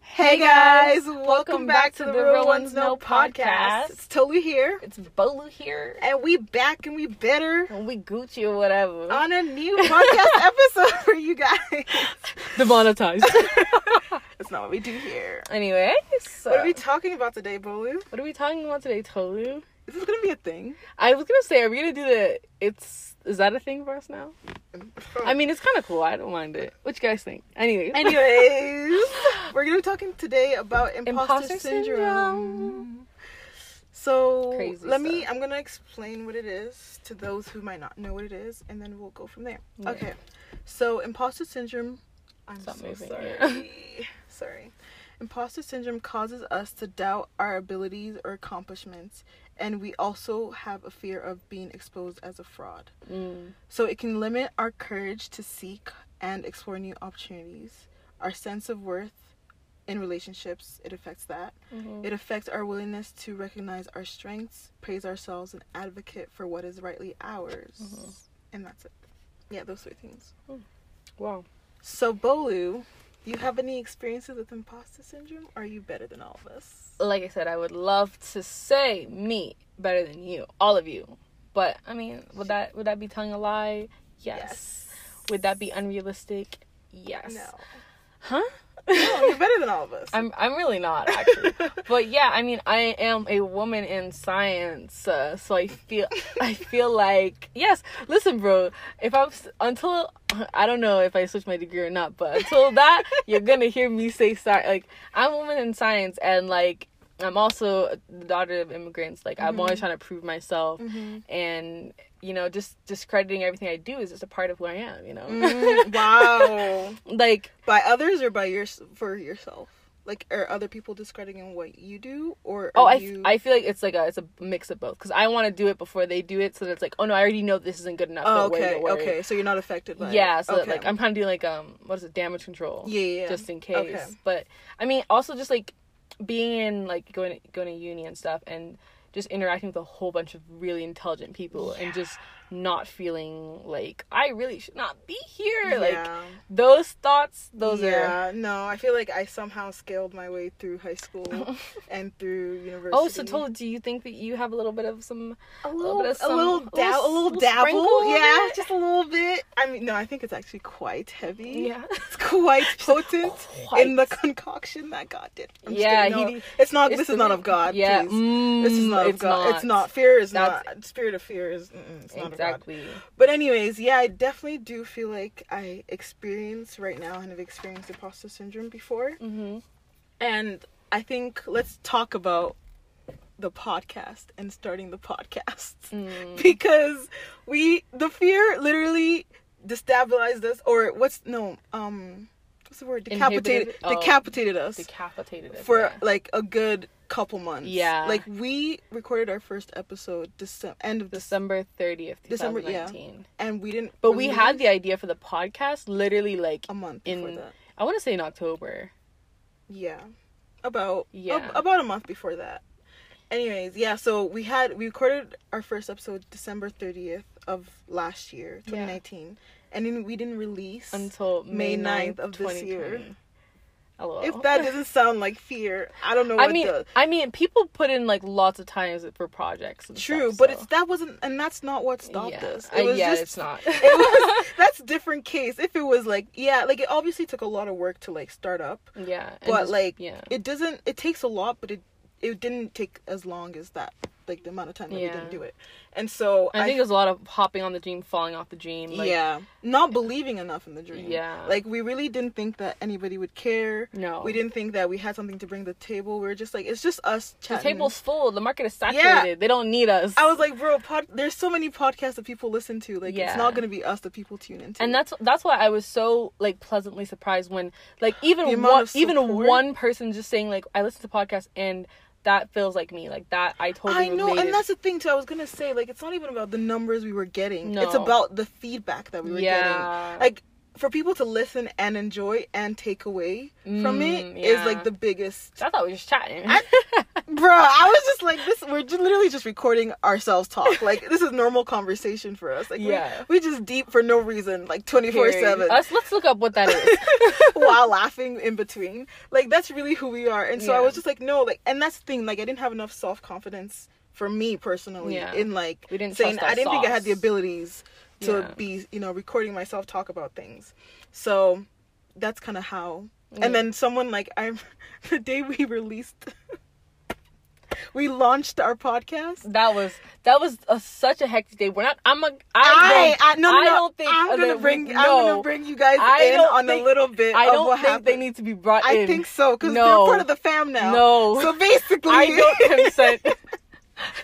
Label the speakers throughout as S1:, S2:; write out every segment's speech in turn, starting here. S1: Hey guys, welcome back to the Real Ones No podcast. It's totally here,
S2: It's Bolu here.
S1: and we back and we better
S2: And we Gucci or whatever.
S1: on a new podcast episode for you guys.
S2: Demonetized.
S1: That's not what we do here.
S2: anyway, so
S1: What are we talking about today, Bolu?
S2: what are we talking about today, Tolu?
S1: Is this gonna be a thing?
S2: I was gonna say, are we gonna do the? It's is that a thing for us now? I mean, it's kind of cool. I don't mind it. What you guys think? Anyway,
S1: anyways, we're gonna be talking today about imposter,
S2: Imposter
S1: syndrome.
S2: syndrome.
S1: So
S2: Crazy
S1: let me.
S2: stuff.
S1: I'm gonna explain what it is to those who might not know what it is, and then we'll go from there.
S2: Yeah.
S1: Okay. So imposter syndrome. I'm
S2: Stop
S1: so
S2: moving,
S1: sorry.
S2: yeah.
S1: sorry. Imposter syndrome causes us to doubt our abilities or accomplishments, and we also have a fear of being exposed as a fraud.
S2: Mm,
S1: So it can limit our courage to seek and explore new opportunities, our sense of worth in relationships, it affects that.
S2: mhm.
S1: It affects our willingness to recognize our strengths, praise ourselves, and advocate for what is rightly ours.
S2: Mhm.
S1: And that's it. Yeah, those three things.
S2: Wow.
S1: So, Bolu, you have any experiences with imposter syndrome? Or are you better than all of us?
S2: Like I said, I would love to say me better than you, all of you. But I mean, would that would that be telling a lie? yes. Would that be unrealistic? Yes.
S1: No.
S2: Huh?
S1: No, you're better than all of us.
S2: I'm I'm really not actually. but yeah, I mean, I am a woman in science, uh, so I feel I feel like yes. Listen, bro, if I'm s- until I don't know if I switch my degree or not, but until that, you're gonna hear me say sorry. Like I'm a woman in science, and like I'm also the daughter of immigrants. Like I'm
S1: Mm-hmm.
S2: always trying to prove myself,
S1: Mhm.
S2: and you know, just discrediting everything I do is just a part of who I am. You know,
S1: Mm, wow.
S2: like
S1: by others or by your for yourself like are other people discrediting what you do or
S2: Oh,
S1: are
S2: I,
S1: you...
S2: I feel like it's like a it's a mix of both because I want to do it before they do it, so that it's like, oh no, I already know this isn't good enough.
S1: oh,
S2: don't worry,
S1: okay
S2: don't worry.
S1: okay so you're not affected by it.
S2: yeah, so that,
S1: okay.
S2: like I'm kind of doing like um what is it damage control?
S1: yeah, yeah yeah.
S2: just in case.
S1: Okay.
S2: But I mean, also just like being in like going going to uni and stuff, and just interacting with a whole bunch of really intelligent people, and just not feeling like I really should not be here. Like
S1: yeah.
S2: those thoughts, those are.
S1: yeah no i feel like i somehow scaled my way through high school and through university
S2: Oh, so Tola, do you think that you have a little bit of some?
S1: a
S2: little
S1: little
S2: bit of
S1: a
S2: some-
S1: little
S2: a
S1: dab
S2: little
S1: a
S2: s- little
S1: little
S2: sprinkle
S1: dabble
S2: of
S1: yeah
S2: it?
S1: just a little bit i mean no i think it's actually quite heavy
S2: Yeah.
S1: it's quite potent in the
S2: Quite.
S1: concoction that god did I'm just
S2: Yeah,
S1: kidding,
S2: he
S1: no,
S2: did-
S1: it's not
S2: It's
S1: this
S2: the
S1: is not
S2: re-
S1: of god
S2: Yeah,
S1: please. This is
S2: mm,
S1: not of
S2: it's
S1: God.
S2: Not.
S1: It's not. Fear is
S2: That's-
S1: not. Spirit of fear is. Mm-mm, it's not exactly.
S2: exactly.
S1: But anyways, yeah, I definitely do feel like I experience right now and have experienced imposter syndrome before,
S2: Mm-hmm.
S1: and I think let's talk about the podcast and starting the podcast Mm. because we the fear literally destabilized us or what's no um what's the word decapitated
S2: Inhibited- oh.
S1: decapitated us
S2: Decapitated.
S1: for
S2: yeah.
S1: like a good couple months.
S2: Yeah.
S1: Like we recorded our first episode December end of December
S2: December thirtieth,
S1: December,
S2: December
S1: yeah.
S2: nineteen.
S1: and we didn't
S2: But we
S1: release
S2: had the idea for the podcast literally like
S1: a month before
S2: in
S1: that.
S2: I want to say in October.
S1: Yeah. About yeah.
S2: Yeah.
S1: about a month before that. Anyways, yeah, so we had we recorded our first episode December 30th of last year,
S2: Yeah.
S1: 2019. And then we didn't release
S2: until
S1: May
S2: May
S1: 9th
S2: 9th
S1: of this year.
S2: 2020. LOL.
S1: If that doesn't sound like fear, I don't know what
S2: Oh. I mean,
S1: does.
S2: I mean, people put in like lots of times for projects. And
S1: True,
S2: stuff,
S1: but
S2: so-
S1: it's that wasn't and that's not what stopped
S2: yeah.
S1: us.
S2: I- yeah, it's not.
S1: it was that's different case if it was like yeah like it obviously took a lot of work to like start up
S2: yeah, and
S1: but
S2: just-
S1: like
S2: yeah,
S1: it doesn't it takes a lot but it it didn't take as long as that like the amount of time that we
S2: Yeah.
S1: didn't do it and so
S2: I think there's a lot of hopping on the dream, falling off the dream. Like,
S1: yeah not believing enough in the dream
S2: Yeah.
S1: like we really didn't think that anybody would care
S2: No.
S1: we didn't think that we had something to bring to the table we were just like it's just us
S2: The
S1: chatting.
S2: table's full. The market is saturated. They don't need us.
S1: I was like, bro, pod- there's so many podcasts that people listen to. Like,
S2: Yeah.
S1: it's not gonna be us that people tune into.
S2: and that's that's why I was so like pleasantly surprised when like
S1: The
S2: even
S1: amount
S2: one,
S1: of
S2: even
S1: support.
S2: one person just saying like I listen to podcasts and that feels like me like that I totally
S1: I know,
S2: related.
S1: and that's the thing too. I was gonna say, like, it's not even about the numbers we were getting.
S2: No.
S1: It's about the feedback that we were
S2: Yeah.
S1: getting. Like, for people to listen and enjoy and take away from it is
S2: Mm, yeah.
S1: like the biggest.
S2: I thought we were just chatting.
S1: I- Bro, I was just like, this we're just literally just recording ourselves talk. Like this is normal conversation for us. Like
S2: Yeah.
S1: we, we just deep for no reason, like twenty four seven.
S2: Period. Us, let's look up what that is.
S1: while laughing in between. Like that's really who we are. And so I
S2: Yeah.
S1: was just like, no, like and that's the thing, like I didn't have enough self confidence for me personally
S2: Yeah.
S1: in like
S2: We didn't
S1: saying
S2: trust our
S1: I didn't think I had the
S2: sauce.
S1: abilities to
S2: Yeah.
S1: be, you know, recording myself talk about things. So that's kinda how and then someone like I'm the day we released we launched our podcast.
S2: That was that was a, such a hectic day. We're not. I'm a. I,
S1: I,
S2: don't,
S1: I, no, no,
S2: I
S1: no,
S2: don't think
S1: I'm gonna
S2: that we-
S1: bring I'm
S2: no.
S1: gonna bring you guys
S2: I
S1: in
S2: don't
S1: on
S2: think-
S1: a little bit
S2: I
S1: of
S2: don't
S1: what
S2: think
S1: happened.
S2: they need to be brought in.
S1: I think so because
S2: No.
S1: they're part of the fam now.
S2: No.
S1: So basically,
S2: I don't consent.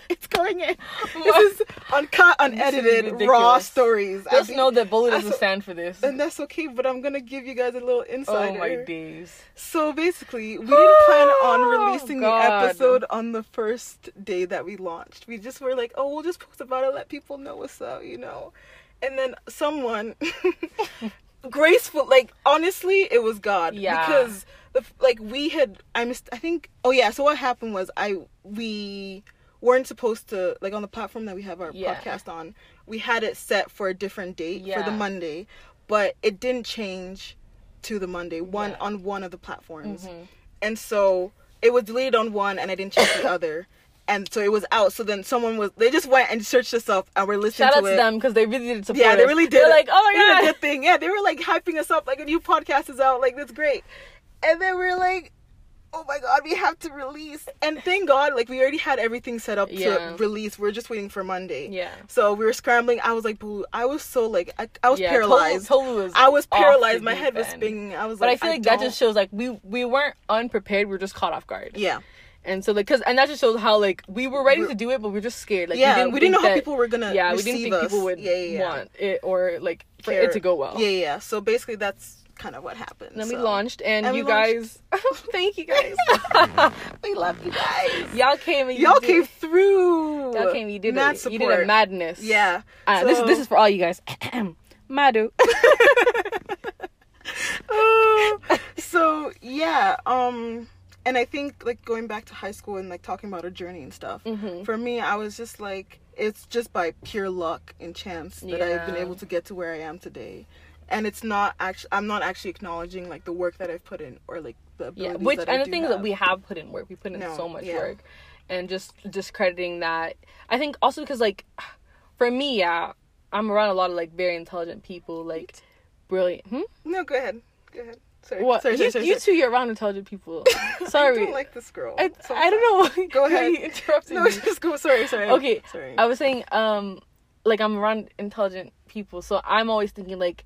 S1: it's going in. This is uncut, unedited, raw
S2: ridiculous.
S1: stories. I
S2: Just
S1: think-
S2: know that bully doesn't
S1: That's-
S2: stand for this.
S1: and that's okay. But I'm gonna give you guys a little
S2: Oh
S1: insider.
S2: my days.
S1: So basically, we didn't plan on releasing
S2: Oh, God.
S1: the episode on the first day that we launched. We just were like, oh, we'll just post about it, let people know what's up, you know. And then someone graceful, like honestly, it was God.
S2: Yeah.
S1: Because the, f- like we had, I missed. I think. Oh yeah. So what happened was I we weren't supposed to like on the platform that we have our
S2: Yeah.
S1: podcast on. We had it set for a different date for
S2: Yeah.
S1: the Monday, but it didn't change to the Monday, one
S2: Yeah. Mm-hmm.
S1: on one of the platforms. And so it was deleted on one and I didn't check the other. And so it was out. So then someone was they just went and searched us up and we're listening
S2: Shout
S1: to
S2: out to
S1: it.
S2: them because they really did support
S1: Yeah, they
S2: us.
S1: really did.
S2: They're like, oh
S1: They did
S2: my
S1: a
S2: god.
S1: good thing. Yeah, they were like hyping us up, like a new podcast is out, like that's great. And then we are like, oh my god, we have to release. And thank God, like we already had everything set up
S2: Yeah.
S1: to release. We are just waiting for Monday.
S2: Yeah.
S1: So we were scrambling. I was like, boo. I was so like, I, I was
S2: Yeah, Tolu-
S1: paralyzed.
S2: Tolu was
S1: I was
S2: off the
S1: paralyzed. My
S2: deep
S1: head was
S2: end.
S1: spinning. I was
S2: But I
S1: like,
S2: feel like that
S1: don't-
S2: just shows like we we weren't unprepared. We were just caught off guard.
S1: yeah.
S2: And so like, cause and that just shows how like we were ready to do it, but we were just scared. Like
S1: Yeah, we didn't
S2: think
S1: know how
S2: that-
S1: people were gonna
S2: Yeah, we didn't
S1: receive
S2: think people
S1: us.
S2: would
S1: Yeah, yeah, yeah.
S2: want it or like for it to go well.
S1: Yeah, yeah. So basically, that's kind of what happened.
S2: And then we
S1: so.
S2: launched, and,
S1: And we
S2: you guys, Oh, thank you guys.
S1: We love you guys.
S2: Y'all came and you
S1: Y'all
S2: did-
S1: came through.
S2: Y'all came. You did
S1: Mad
S2: it.
S1: Support.
S2: You did a madness.
S1: Yeah.
S2: Uh, This
S1: So-
S2: this is for all you guys. Madu.
S1: Oh. so yeah. Um. And I think like going back to high school and like talking about our journey and stuff.
S2: Mm-hmm.
S1: For me, I was just like, it's just by pure luck and chance that I've been
S2: Yeah.
S1: able to get to where I am today. And it's not actually, I'm not actually acknowledging like the work that I've put in or like the
S2: yeah.
S1: abilities
S2: Which
S1: that I
S2: and the
S1: do
S2: thing is
S1: have.
S2: that we have put in work. We put in
S1: No,
S2: so much
S1: yeah.
S2: work, and just discrediting that. I think also because like, for me, yeah, I'm around a lot of like very intelligent people, like brilliant. Hmm?
S1: No, go ahead. Go ahead. Sorry.
S2: What?
S1: Sorry,
S2: you,
S1: sorry, sorry,
S2: you
S1: sorry.
S2: two, you're around intelligent people. Sorry.
S1: I don't like this girl.
S2: I,
S1: So
S2: I don't know.
S1: Go
S2: how
S1: ahead.
S2: you interrupted
S1: No,
S2: me.
S1: just go. Sorry, sorry.
S2: okay
S1: Sorry.
S2: i was saying um like i'm around intelligent people so i'm always thinking like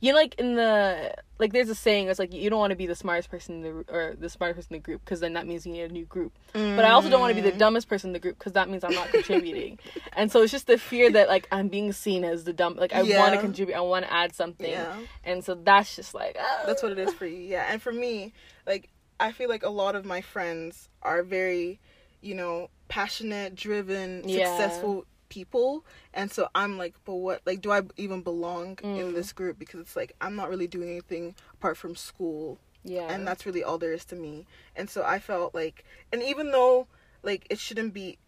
S2: you know like in the like there's a saying it's like you don't want to be the smartest person in the r- or the smartest person in the group because then that means you need a new group but i also don't want to be
S1: Mm.
S2: the dumbest person in the group because that means i'm not contributing and so it's just the fear that like i'm being seen as the dumb like i want
S1: Yeah.
S2: to contribute i want to add something
S1: Yeah.
S2: and so that's just like ah.
S1: That's what it is for you. Yeah. And for me, like, I feel like a lot of my friends are very, you know, passionate, driven,
S2: Yeah.
S1: successful people. And so I'm like, but what, like, do I even belong
S2: Mm.
S1: in this group? Because it's like, I'm not really doing anything apart from school
S2: yeah
S1: and that's really all there is to me and so i felt like and even though like it shouldn't be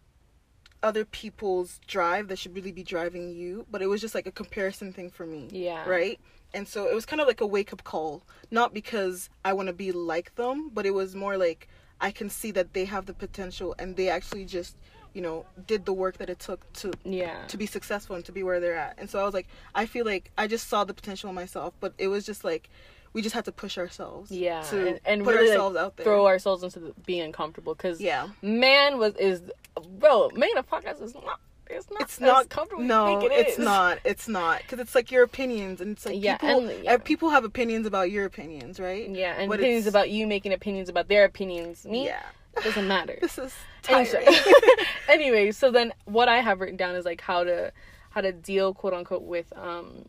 S1: other people's drive that should really be driving you but it was just like a comparison thing for me
S2: Yeah.
S1: right and so it was kind of like a wake up call not because i want to be like them but it was more like i can see that they have the potential and they actually just you know did the work that it took to
S2: yeah
S1: to be successful and to be where they're at. And so I was like, I feel like I just saw the potential in myself, but it was just like we just had to push ourselves.
S2: yeah
S1: To
S2: and, and
S1: put
S2: really like,
S1: ourselves out there.
S2: throw ourselves into the, being uncomfortable because
S1: yeah.
S2: man was is bro making a podcast is not it's not
S1: It's
S2: as
S1: not
S2: comfortable as you
S1: No,
S2: think it
S1: it's
S2: is.
S1: not. It's not because it's like your opinions, and it's like
S2: Yeah,
S1: people.
S2: and- yeah.
S1: uh, people have opinions about your opinions, right?
S2: yeah and
S1: But
S2: opinions
S1: it's-
S2: about you making opinions about their opinions me
S1: Yeah.
S2: doesn't matter
S1: This is
S2: And
S1: tiring.
S2: so- anyway so then what i have written down is like how to how to deal quote unquote with um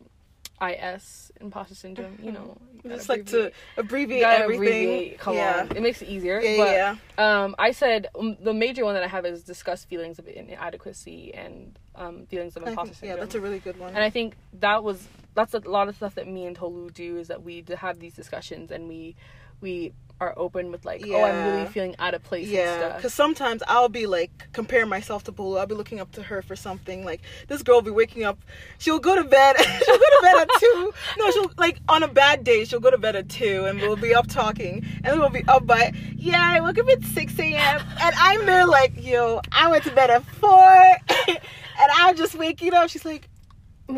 S2: is imposter syndrome you know you gotta
S1: Mm-hmm. just like to
S2: abbreviate. You
S1: abbreviate
S2: gotta
S1: everything.
S2: abbreviate. Come
S1: yeah.
S2: on, it makes it easier.
S1: Yeah,
S2: but,
S1: yeah,
S2: Um, I said um, the major one that I have is discuss feelings of inadequacy and um, feelings of
S1: I
S2: imposter
S1: think- yeah,
S2: syndrome.
S1: that's a really good one.
S2: and I think that was that's a lot of stuff that me and Tolu do is that we d- have these discussions and we we are open with like, oh, I'm really
S1: Yeah.
S2: feeling out of place
S1: Yeah,
S2: and stuff.
S1: because sometimes I'll be like compare myself to Bulu. I'll be looking up to her for something. Like this girl will be waking up. She'll go to bed. she'll go to bed at two. No, she'll like on a bad day. She'll go to bed at two, and we'll be up talking, and we'll be up by yeah. I woke up at six a.m. and I'm there like yo. I went to bed at four, and I'm just waking up. She's like,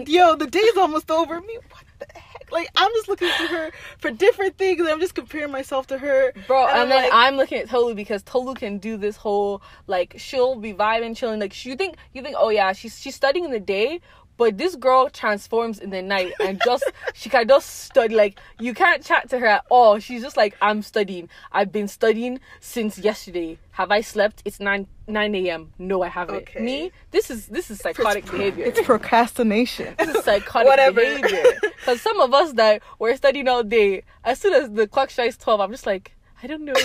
S1: yo, the day's almost over. Me, what the heck? Like I'm just looking to her for different things. and I'm just comparing myself to her,
S2: Bro,
S1: And
S2: and,
S1: I'm
S2: then
S1: like-
S2: I'm looking at Tolu because Tolu can do this whole like she'll be vibing, chilling. Like you think you think, oh yeah, she's she's studying in the day, but this girl transforms in the night and just she can just study. Like you can't chat to her at all. She's just like, I'm studying. I've been studying since yesterday. Have I slept? It's nine nine a.m. No, I haven't.
S1: Okay.
S2: Me, this is this is psychotic behavior.
S1: It's procrastination.
S2: This is psychotic
S1: Whatever.
S2: behavior. Because some of us that were studying all day, as soon as the clock strikes 12, I'm just like, I don't know.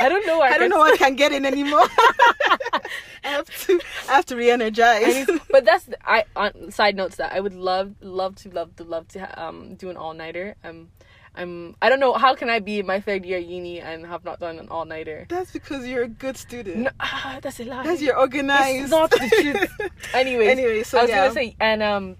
S2: I don't know. where
S1: I
S2: can
S1: don't know I can get in anymore. I have to I have to re-energize.
S2: I need- but that's the- I on side notes that I would love love to love to love to ha- um do an all nighter. Um I'm I don't know how can I be in my third year uni and have not done an all nighter.
S1: That's because you're a good student.
S2: No, ah, that's a lie.
S1: That's your
S2: It's
S1: organized.
S2: not the truth. Anyways,
S1: Anyway, so
S2: I was
S1: yeah.
S2: gonna say, and um,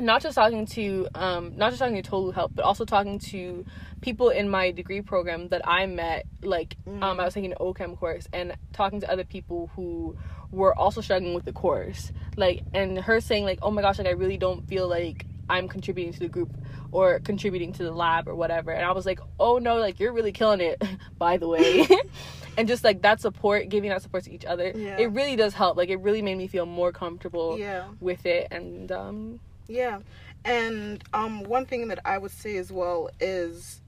S2: not just talking to um, not just talking to Tolu help, but also talking to people in my degree program that I met. Like, um, I was taking an OChem course and talking to other people who were also struggling with the course. Like, and her saying like, "Oh my gosh, like I really don't feel like." I'm contributing to the group or contributing to the lab or whatever. And I was like, oh no, like you're really killing it, by the way. and just like that support, giving that support to each other,
S1: Yeah.
S2: it really does help. Like it really made me feel more comfortable
S1: yeah.
S2: with it. And um,
S1: Yeah. And um one thing that I would say as well is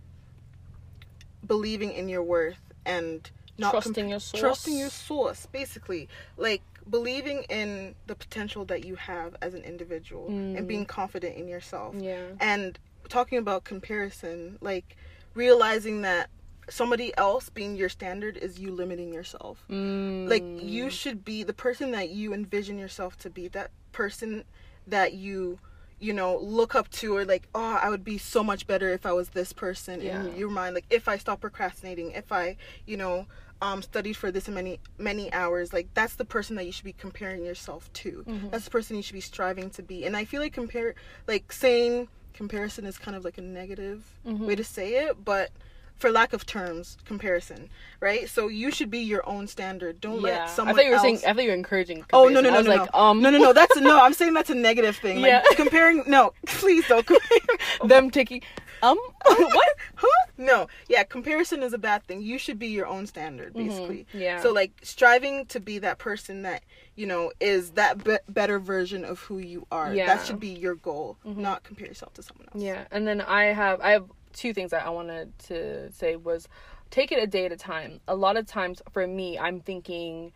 S1: believing in your worth and not
S2: Trusting
S1: comp-
S2: your source.
S1: Trusting your source, basically. Like believing in the potential that you have as an individual and being confident in yourself.
S2: Mm. yeah,
S1: and talking about comparison like realizing that somebody else being your standard is you limiting yourself
S2: mm,
S1: like you should be the person that you envision yourself to be that person that you you know look up to or like oh i would be so much better if i was this person
S2: Yeah.
S1: in your mind like if i stop procrastinating if i you know um studied for this many many hours like that's the person that you should be comparing yourself to
S2: Mm-hmm.
S1: that's the person you should be striving to be and i feel like compare like saying comparison is kind of like a negative
S2: Mm-hmm.
S1: way to say it but for lack of terms comparison right so you should be your own standard don't
S2: yeah.
S1: let
S2: I
S1: someone
S2: thought you were
S1: else
S2: saying. I thought you were encouraging.
S1: Oh no
S2: comparison.
S1: no
S2: I
S1: no
S2: was
S1: no
S2: like,
S1: no.
S2: um,
S1: no no no that's no I'm saying that's a negative thing like
S2: Yeah.
S1: comparing no please don't
S2: them taking, um, what?
S1: huh? No. Yeah, comparison is a bad thing. You should be your own standard, basically.
S2: Mm-hmm. Yeah.
S1: So like striving to be that person that you know is that be- better version of who you are.
S2: Yeah. Mm-hmm.
S1: That should be your goal. Not compare yourself to someone else.
S2: Yeah, and then I have I have two things that I wanted to say was take it a day at a time. A lot of times for me, I'm thinking,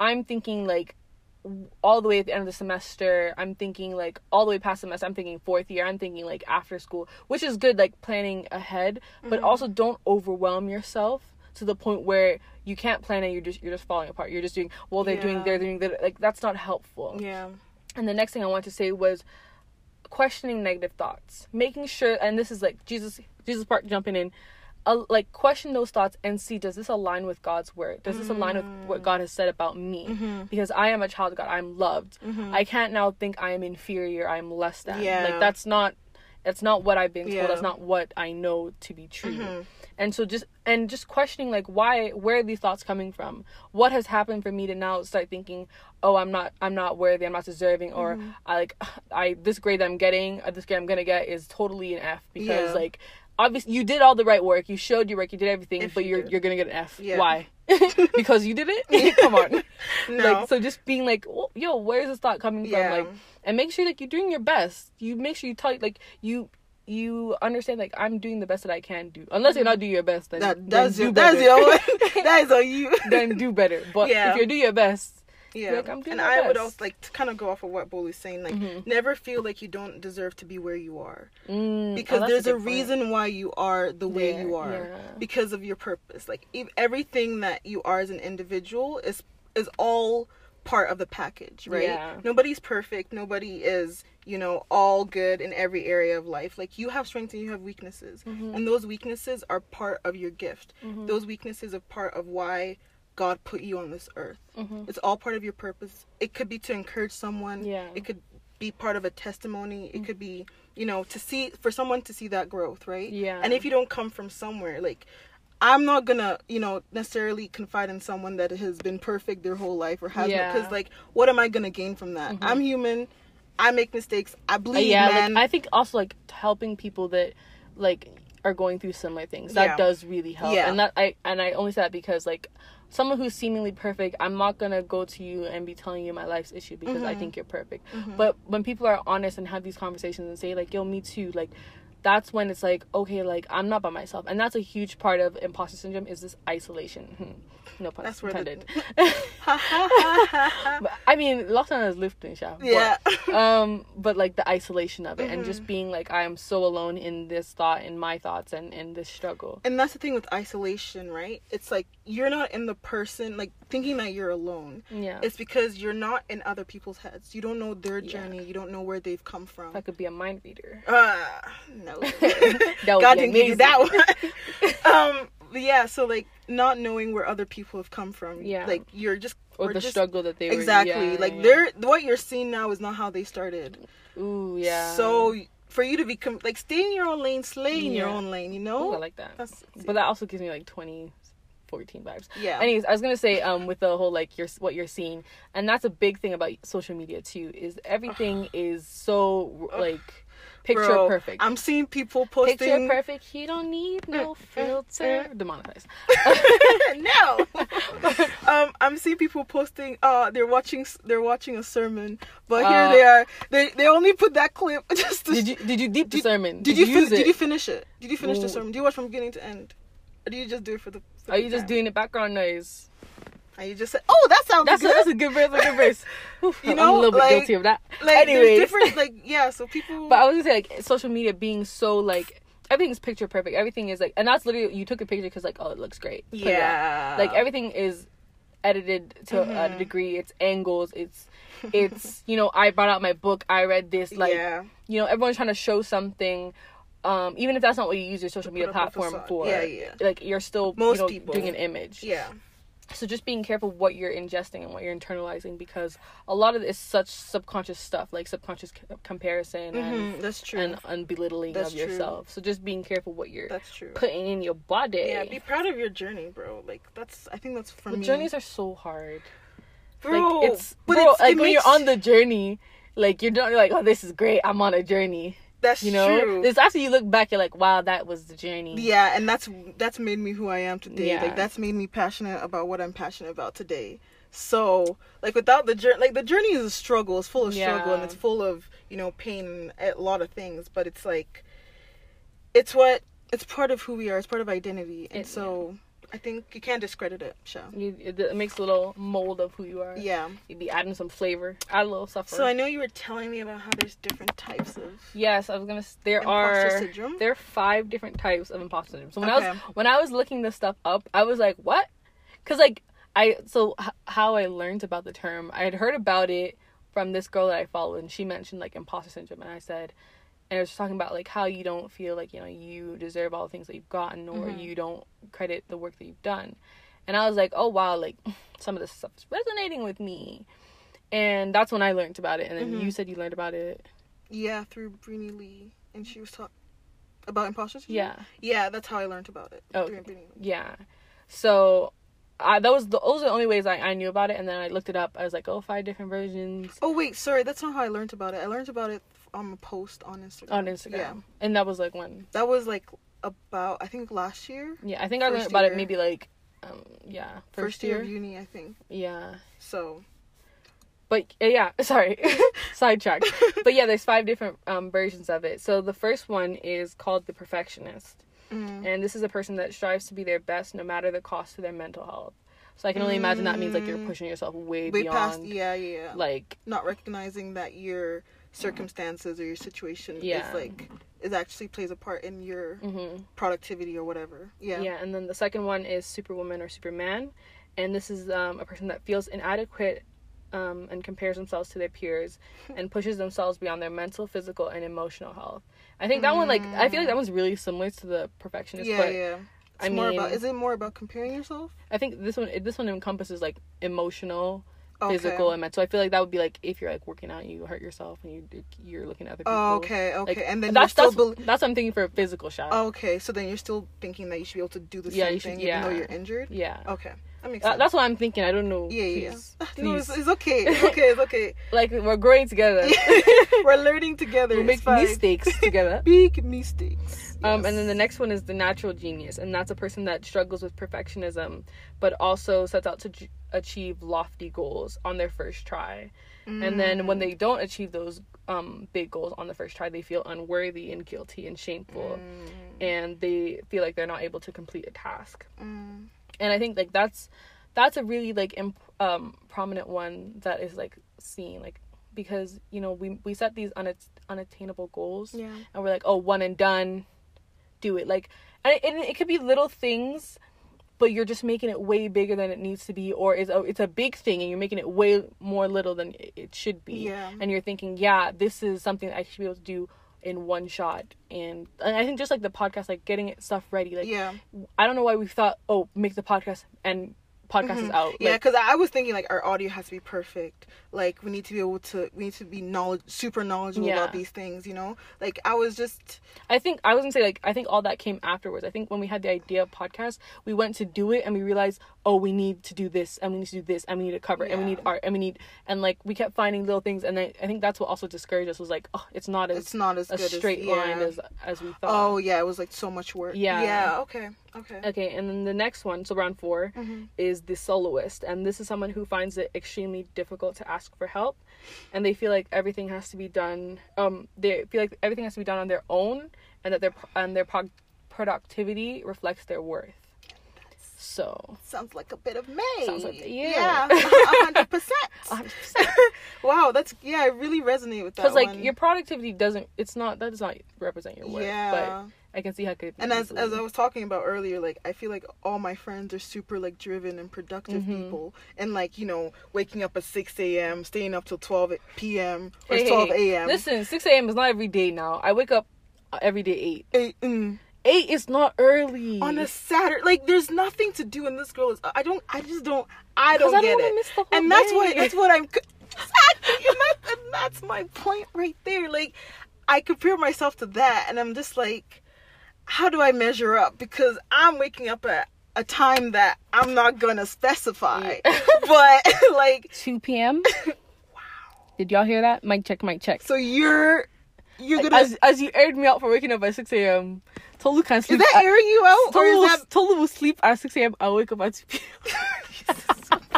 S2: I'm thinking like w- all the way at the end of the semester. I'm thinking like all the way past semester. I'm thinking fourth year. I'm thinking like after school, which is good like planning ahead, but also don't overwhelm yourself to the point where you can't plan and you're just you're just falling apart. You're just doing well. They're doing
S1: Yeah.
S2: they're doing that. Like that's not helpful.
S1: Yeah.
S2: And the next thing I want to say was questioning negative thoughts, making sure, and this is like Jesus, Jesus part jumping in, uh, like question those thoughts and see does this align with God's word? Does this align with what God has said about me? Because I am a child of God. I'm loved. I can't now think I am inferior. I'm less than.
S1: Yeah.
S2: Like that's not. That's not what I've been told.
S1: Yeah. Mm-hmm.
S2: That's not what I know to be true. And so just and just questioning like why where are these thoughts coming from? What has happened for me to now start thinking, oh, I'm not I'm not worthy, I'm not deserving, or
S1: Mm-hmm.
S2: I like I this grade that I'm getting, or this grade I'm gonna get is totally an F because
S1: Yeah.
S2: like obviously you did all the right work, you showed your work, you did everything,
S1: If
S2: but
S1: you
S2: you're
S1: did.
S2: you're gonna get an F.
S1: Yeah.
S2: Why? because you did it. Come on.
S1: No.
S2: Like so, just being like, "Wh- yo, where's this thought coming
S1: Yeah.
S2: from? Like, and make sure like you're doing your best. You make sure you tell like you you understand like I'm doing the best that I can do. Unless you're not doing your best, then
S1: Mm-hmm. that
S2: then
S1: that's
S2: do
S1: your
S2: better.
S1: that's your that is on you.
S2: then do better. But
S1: Yeah.
S2: if you're doing your best,
S1: Yeah,
S2: Like, I'm doing my
S1: and I
S2: best.
S1: would
S2: Mm-hmm.
S1: also like to kind of go off of what Bolu's saying. Like, never feel like you don't deserve to be where you are,
S2: mm, oh,
S1: because
S2: that's
S1: there's a,
S2: good point.
S1: reason why you are the way
S2: There,
S1: you are,
S2: yeah.
S1: because of your purpose. Like, ev- everything that you are as an individual is is all part of the package, right? Yeah. Nobody's perfect. Nobody is, you know, all good in every area of life. Like you have strengths and you have weaknesses. Mm-hmm. And those weaknesses are part of your gift. Mm-hmm. Those weaknesses are part of why God put you on this earth. Mm-hmm. It's all part of your purpose. It could be to encourage someone. Yeah. Mm-hmm. It could be part of a testimony. It could be, you know, to see for someone to see that growth, right? Yeah. And if you don't come from somewhere, like I'm not gonna, you know, necessarily confide in someone that has been perfect their whole life or has yeah. because like, what am I gonna gain from that? Mm-hmm. I'm human. I make mistakes. I bleed, uh, yeah, man.
S2: Like, I think also like helping people that like are going through similar things that yeah. does really help. Yeah. And that I and I only say that because like someone who's seemingly perfect, I'm not gonna go to you and be telling you my life's issue because mm-hmm. I think you're perfect. Mm-hmm. But when people are honest and have these conversations and say like, "Yo, me too," like that's when it's like okay like i'm not by myself and that's a huge part of imposter syndrome is this isolation Hmm. no pun that's intended the... but, i mean lockdown is lifting yeah but, um but like the isolation of it mm-hmm. and just being like i am so alone in this thought in my thoughts and in this struggle
S1: and that's the thing with isolation right it's like you're not in the person like thinking that you're alone yeah it's because you're not in other people's heads you don't know their journey yeah. you don't know where they've come from
S2: i could be a mind reader
S1: uh no God didn't amazing. give you that one. um, yeah, so like not knowing where other people have come from. Yeah, like you're just
S2: or, or the just, struggle that they
S1: exactly
S2: were, yeah,
S1: like yeah. they're what you're seeing now is not how they started.
S2: Ooh, yeah.
S1: So for you to become like stay in your own lane, slay in yeah. your own lane. You know,
S2: Ooh, I like that. That's, but that also gives me like twenty 14 vibes. Yeah. Anyways, I was gonna say um with the whole like your what you're seeing, and that's a big thing about social media too is everything is so like picture Bro, perfect.
S1: I'm seeing people posting
S2: picture perfect. You don't need no filter. Demonetized.
S1: no. um, I'm seeing people posting. Uh, they're watching. They're watching a sermon, but uh, here they are. They they only put that clip just.
S2: To, did you did you deep the
S1: did,
S2: sermon?
S1: Did, did you, you fin- did you finish it? Did you finish Ooh. the sermon? Do you watch from beginning to end? Or do you just do it for the? For
S2: Are
S1: the
S2: Oh, you just doing the background noise?
S1: And you just said, "Oh, that sounds
S2: that's
S1: good."
S2: A, that's a good verse. That's a good verse. Oof, you know, I'm a little bit like, guilty of that.
S1: Like,
S2: Anyways.
S1: different, like, yeah. So people.
S2: But I was gonna say, like, social media being so like everything's picture perfect. Everything is like, and that's literally you took a picture because like, oh, it looks great. Put
S1: yeah.
S2: Like everything is edited to mm-hmm. a degree. It's angles. It's it's you know I brought out my book. I read this. Like yeah. you know everyone's trying to show something. Um, even if that's not what you use your social media platform for, yeah, yeah. like you're still Most you know, people. doing an image.
S1: Yeah
S2: so just being careful what you're ingesting and what you're internalizing because a lot of it is such subconscious stuff like subconscious c- comparison and,
S1: mm-hmm, that's true
S2: and, and belittling that's of true. yourself so just being careful what you're
S1: that's true
S2: putting in your body
S1: yeah be proud of your journey bro like that's i think that's for
S2: the
S1: me
S2: journeys are so hard
S1: bro
S2: like, it's but bro, it's, like it when makes... you're on the journey like you're not you're like oh this is great i'm on a journey
S1: that's
S2: you know,
S1: true.
S2: It's after you look back, you're like, wow, that was the journey.
S1: Yeah, and that's that's made me who I am today. Yeah. Like that's made me passionate about what I'm passionate about today. So like without the journey, like the journey is a struggle. It's full of yeah. struggle and it's full of you know pain and a lot of things. But it's like, it's what it's part of who we are. It's part of identity, and it, so. Yeah. I think you can't discredit it, sure.
S2: You, it makes a little mold of who you are.
S1: Yeah.
S2: You'd be adding some flavor, add a little suffer.
S1: So I know you were telling me about how there's different types of.
S2: Yes, I was gonna. There are syndrome? there are five different types of imposter syndrome. So when okay. I was when I was looking this stuff up, I was like, what? Because like I so h- how I learned about the term, I had heard about it from this girl that I followed, and she mentioned like imposter syndrome, and I said, and it was talking about like how you don't feel like you know you deserve all the things that you've gotten or mm-hmm. you don't credit the work that you've done and i was like oh wow like some of this stuff is resonating with me and that's when i learned about it and then mm-hmm. you said you learned about it
S1: yeah through Brini lee and she was talking about imposter
S2: yeah
S1: yeah that's how i learned about it
S2: oh okay. yeah so I, that was the, those are the only ways I, I knew about it, and then I looked it up. I was like, oh, five different versions.
S1: Oh wait, sorry, that's not how I learned about it. I learned about it um a post on Instagram.
S2: On Instagram. Yeah. And that was like when?
S1: That was like about I think last year.
S2: Yeah, I think first I learned about year. it maybe like um yeah,
S1: first, first year. year of uni, I think.
S2: Yeah.
S1: So
S2: but uh, yeah, sorry. Sidetracked. but yeah, there's five different um versions of it. So the first one is called the perfectionist. Mm. And this is a person that strives to be their best no matter the cost to their mental health. So I can only imagine that means like you're pushing yourself Mm. way, way beyond past,
S1: yeah, yeah.
S2: Like
S1: not recognizing that you're circumstances or your situation yeah. is like it actually plays a part in your mm-hmm. productivity or whatever. Yeah.
S2: Yeah, and then the second one is superwoman or superman, and this is um, a person that feels inadequate um, and compares themselves to their peers and pushes themselves beyond their mental, physical, and emotional health. I think that one, like, I feel like that one's really similar to the perfectionist.
S1: Mm. yeah,
S2: but
S1: yeah.
S2: I
S1: It's more
S2: mean-
S1: about is it more about comparing yourself?
S2: I think this one, this one encompasses like emotional,
S1: Okay.
S2: physical, and mental. I feel like that would be like if you're like working out and you hurt yourself and you you're looking at other people.
S1: Oh, okay, okay.
S2: Like,
S1: and then
S2: that's
S1: you're
S2: that's,
S1: still bel- Oh.
S2: that's what I'm thinking for a physical shot.
S1: okay, so then you're still thinking that you should be able to do the
S2: Yeah,
S1: same
S2: you should-
S1: thing
S2: yeah.
S1: even though you're injured.
S2: yeah,
S1: Okay, that makes
S2: That-
S1: sense.
S2: that's what I'm thinking. I don't know.
S1: yeah, yeah.
S2: Please,
S1: yeah. No, it's,
S2: please.
S1: it's okay. It's okay. It's okay.
S2: like we're growing together.
S1: We're learning together.
S2: we
S1: it's
S2: make
S1: fine.
S2: mistakes together.
S1: Big mistakes.
S2: Um, and
S1: Yes.
S2: then the next one is the natural genius, and that's a person that struggles with perfectionism, but also sets out to g- achieve lofty goals on their first try. And then when they
S1: Mm.
S2: don't achieve those um, big goals on the first try, they feel unworthy and guilty and shameful, and they feel like they're not able to complete a task.
S1: Mm.
S2: And I think like that's that's a really like imp- um, prominent one that is like seen like because you know we we set these unat- unattainable goals
S1: Yeah.
S2: and we're like, oh, one and done, do it. Like, and it, and it could be little things, but you're just making it way bigger than it needs to be, or it's a, it's a big thing and you're making it way more little than it- it should be.
S1: Yeah.
S2: And you're thinking, yeah, this is something I should be able to do in one shot. And, and I think just like the podcast, like getting it stuff ready, like,
S1: Yeah.
S2: I don't know why we thought, oh, make the podcast and podcast is out.
S1: Mm-hmm. Yeah,
S2: Like,
S1: because I I was thinking like our audio has to be perfect. Like we need to be able to, we need to be knowledge, super knowledgeable
S2: Yeah.
S1: about these things. You know, like I was just
S2: I think I was gonna say like I think all that came afterwards. I think when we had the idea of podcast, we went to do it and we realized, oh, we need to do this and we need to do this and we need a cover and we
S1: Yeah.
S2: need art and we need and like we kept finding little things and I, I think that's what also discouraged us was like, oh, it's not as
S1: it's not as
S2: a
S1: good
S2: straight
S1: as,
S2: line
S1: yeah.
S2: as as we thought.
S1: Oh yeah, it was like so much work.
S2: Um, Yeah. Uh,
S1: Yeah. Okay. Okay.
S2: Okay, and then the next one, so round 4
S1: Mm-hmm.
S2: is the soloist. And this is someone who finds it extremely difficult to ask for help. And they feel like everything has to be done, um, they feel like everything has to be done on their own and that their, and their pro- productivity reflects their worth. So,
S1: Sounds like a bit of May.
S2: Sounds like-
S1: yeah.
S2: yeah.
S1: a hundred percent.
S2: 100%.
S1: Wow, that's yeah. I really resonate with that.
S2: Because, like,
S1: one.
S2: your productivity doesn't, it's not, that does not represent your worth.
S1: yeah.
S2: But I can see how it could be
S1: and as as
S2: easily-
S1: I was talking about earlier, like I feel like all my friends are super like driven and productive
S2: Mm-hmm.
S1: people, and like you know waking up at six a.m., staying up till twelve p.m. or
S2: Hey, hey,
S1: twelve
S2: hey.
S1: a.m.
S2: Listen, 6 a.m. is not every day now. I wake up uh, every day 8.
S1: Eh, mm.
S2: 8 is not early.
S1: on a Saturday, like there's nothing to do, and this girl is I don't I just don't I don't
S2: I don't
S1: get
S2: wanna
S1: it,
S2: miss the whole
S1: and that's what
S2: day.
S1: that's what I'm. c- Exactly, and, that, and that's my point right there. Like, I compare myself to that, and I'm just like, how do I measure up? Because I'm waking up at a time that I'm not gonna specify, but like,
S2: 2 p.m. wow. Did y'all hear that? Mic check, mic check.
S1: so you're you're gonna
S2: As, as you aired me out for waking up at 6 a.m., Tolu can
S1: is
S2: sleep.
S1: that
S2: at,
S1: airing you out or
S2: Tolu,
S1: is
S2: will,
S1: that
S2: Tolu will sleep at 6 a.m. I wake up at 2 p.m.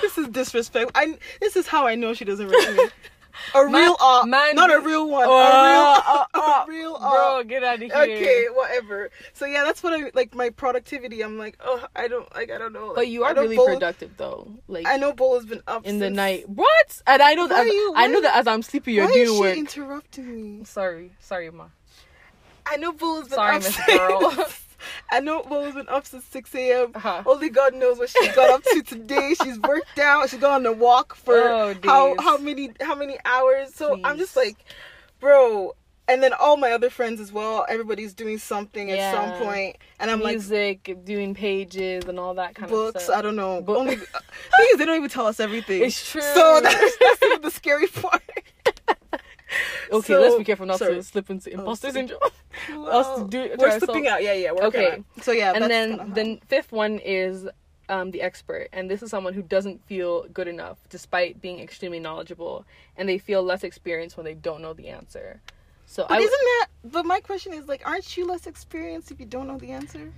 S1: This is disrespect. I this is how I know she doesn't rate me. A real aw,
S2: man-
S1: not a real one.
S2: Uh,
S1: a real,
S2: uh,
S1: a real aw.
S2: Bro, get out of here.
S1: Okay, whatever. So yeah, that's what I like. My productivity. I'm like, oh, I don't, like, I don't know.
S2: But you
S1: Like, I
S2: are
S1: know
S2: really
S1: Bol-
S2: productive though. Like
S1: I know Bol has been up
S2: in the
S1: since-
S2: night. What? And I know
S1: Why
S2: that as,
S1: are you-
S2: I know
S1: why-
S2: that as I'm sleeping you're
S1: Why is
S2: doing
S1: she
S2: work.
S1: interrupting me?
S2: sorry. Sorry, Ma.
S1: I know Bol has been
S2: Sorry,
S1: up
S2: Miss
S1: since-
S2: Girl.
S1: I know Bol has been up since 6 a.m.
S2: Uh-huh.
S1: Only God knows what she got up to today. She's worked out. She's gone on a walk for
S2: Oh,
S1: how
S2: days.
S1: how many how many hours. So I'm just
S2: Please.
S1: like, bro. And then all my other friends as well. Everybody's doing something at
S2: Yeah.
S1: some point, and I'm like,
S2: Music, doing pages and all that kind of
S1: books.
S2: stuff.
S1: I don't know.
S2: Book-
S1: Only thing is, they don't even tell us everything.
S2: It's true.
S1: So that's, that's even the scary part.
S2: Okay,
S1: uh, So-
S2: let's be careful not
S1: sorry. Oh,
S2: to slip into imposter
S1: sorry.
S2: syndrome.
S1: Well,
S2: do it to
S1: we're
S2: ourselves.
S1: slipping out. Yeah, yeah. We're okay.
S2: Okay.
S1: So yeah,
S2: and
S1: that's
S2: then
S1: kinda
S2: the
S1: how-
S2: n- fifth one is um, the expert, and this is someone who doesn't feel good enough despite being extremely knowledgeable, and they feel less experienced when they don't know the answer. So I,
S1: But
S2: w-
S1: isn't that? But my question is like, aren't you less experienced if you don't know the answer?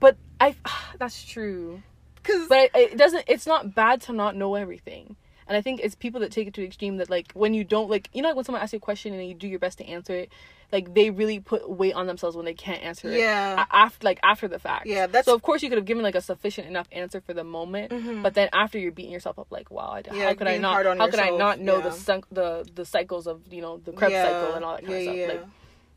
S2: but I, that's true.
S1: Because
S2: But I, it doesn't. It's not bad to not know everything, and I think it's people that take it to the extreme that like when you don't like you know like when someone asks you a question and you do your best to answer it, like they really put weight on themselves when they can't answer it.
S1: yeah,
S2: after like after the fact.
S1: Yeah, that's- Mm-hmm.
S2: so. Of course, you could have given like a sufficient enough answer for the moment, but then after you're beating yourself up, like, wow, I,
S1: Yeah,
S2: how could I
S1: being
S2: not? How
S1: hard on
S2: could I
S1: yourself,
S2: not know the
S1: yeah.
S2: sun- the the cycles of you know the Krebs cycle and all that kind of stuff? Like,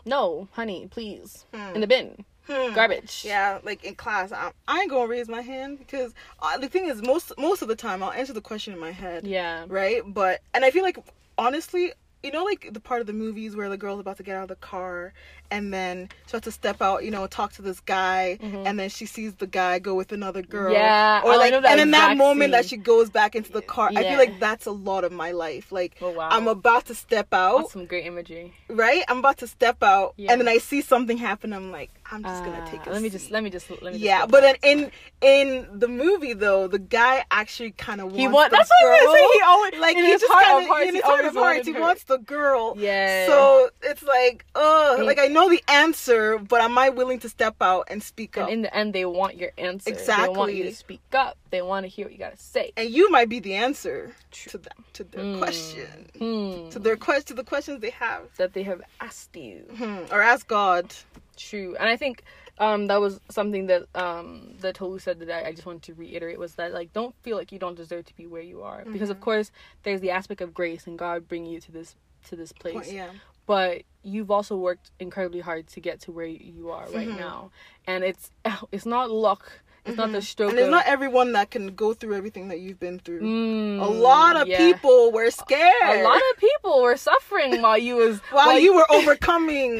S2: no, honey, please, in the bin. Garbage.
S1: Hmm. Yeah, like in class, I, I ain't gonna raise my hand because uh, the thing is, most most of the time, I'll answer the question in my head.
S2: Yeah.
S1: Right, but and I feel like honestly, you know, like the part of the movies where the girl's about to get out of the car and then she has to step out, you know, talk to this guy, and then she sees the guy go with another girl.
S2: Mm-hmm. Yeah, oh,
S1: or
S2: I
S1: like,
S2: know that
S1: and in that
S2: exact
S1: moment that
S2: scene.
S1: she goes back into the car, I
S2: Yeah.
S1: feel like that's a lot of my life. Like,
S2: Oh, wow.
S1: I'm about to step out,
S2: That's some great imagery.
S1: right? I'm about to step out,
S2: Yeah.
S1: and then I see something happen. I'm like, I'm just
S2: Ah,
S1: gonna take. A
S2: Let me
S1: seat.
S2: just. Let me just. Let me. just
S1: Yeah,
S2: look
S1: but
S2: up.
S1: then in in the movie though, the guy actually kind of wants
S2: he want.
S1: the
S2: That's what I'm
S1: girl.
S2: saying. He always
S1: like
S2: in
S1: he
S2: his
S1: just
S2: heart
S1: kind
S2: of
S1: of
S2: hearts,
S1: in
S2: he
S1: his heart
S2: always
S1: of hearts,
S2: wanted
S1: he
S2: her.
S1: wants the girl.
S2: Yeah.
S1: oh, So it's like, ugh,
S2: He-
S1: like I know the answer, but am I willing to step out and speak
S2: And
S1: up?
S2: in the end, they want your answer. They want you
S1: Exactly.
S2: to speak up. They want to hear what you gotta say.
S1: and you might be the answer to that to their
S2: Hmm.
S1: question,
S2: Hmm.
S1: to their question, to the questions they have,
S2: That they have asked you.
S1: Hmm, or ask God.
S2: True, and I think um, that was something that um, that Tolu said that I, I just wanted to reiterate was that like don't feel like you don't deserve to be where you are because
S1: Mm-hmm.
S2: of course there's the aspect of grace and God bringing you to this to this place,
S1: Yeah,
S2: but you've also worked incredibly hard to get to where you are right
S1: Mm-hmm.
S2: now, and it's it's not luck, it's not the stroke.
S1: and it's
S2: of-
S1: not everyone that can go through everything that you've been through.
S2: Mm,
S1: A lot of
S2: yeah.
S1: people were scared.
S2: A lot of people were suffering while you was
S1: while you were overcoming.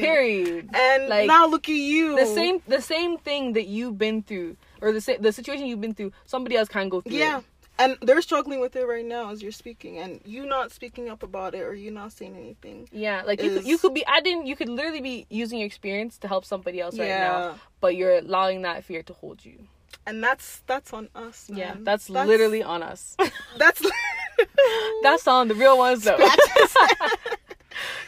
S2: period.
S1: And
S2: Like,
S1: now look at you.
S2: the same the same thing that you've been through or the sa- the situation you've been through somebody else can go through
S1: Yeah.
S2: it.
S1: And they're struggling with it right now as you're speaking, and you not speaking up about it or you not saying anything.
S2: yeah like you could, you
S1: Is-
S2: could be i didn't you could literally be using your experience to help somebody else right
S1: Yeah.
S2: now but you're allowing that fear to hold you
S1: And that's that's on us.
S2: yeah
S1: man.
S2: that's, literally on us
S1: that's.
S2: that's on the real ones though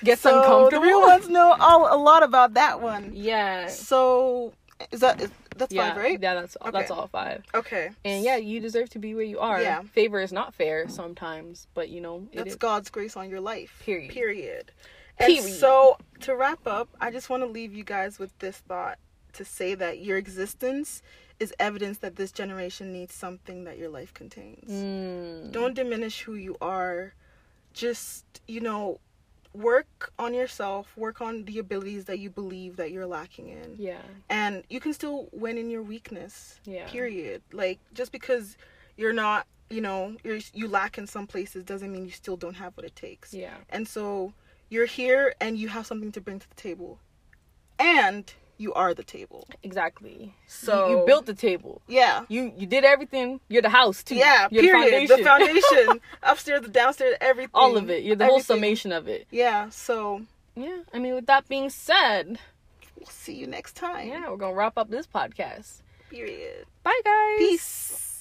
S2: gets
S1: so
S2: uncomfortable
S1: The real ones know all, a lot about that one.
S2: yeah
S1: So is that is, that's
S2: yeah
S1: five, right?
S2: yeah that's that's
S1: Okay.
S2: all five
S1: Okay.
S2: and yeah you deserve to be where you are
S1: Yeah.
S2: favor is not fair sometimes but you know it
S1: That's
S2: is
S1: God's grace on your life.
S2: Period.
S1: Period. And
S2: Period.
S1: so to wrap up, I just want to leave you guys with this thought to say that your existence is evidence that this generation needs something that your life contains.
S2: Mm.
S1: Don't diminish who you are. Just, you know, work on yourself, work on the abilities that you believe that you're lacking in
S2: yeah
S1: and you can still win in your weakness
S2: Yeah.
S1: period like just because you're not you know you're you lack in some places doesn't mean you still don't have what it takes
S2: yeah
S1: and so you're here and you have something to bring to the table and you are the table
S2: Exactly.
S1: so
S2: you, you built the table.
S1: yeah
S2: You you did everything. You're the house too.
S1: yeah
S2: You're
S1: period the foundation, upstairs the downstairs everything
S2: All of it. You're the whole
S1: Everything.
S2: summation of it.
S1: yeah so
S2: Yeah. I mean, with that being said,
S1: we'll see you next time
S2: yeah, we're gonna wrap up this podcast.
S1: period
S2: Bye, guys.
S1: peace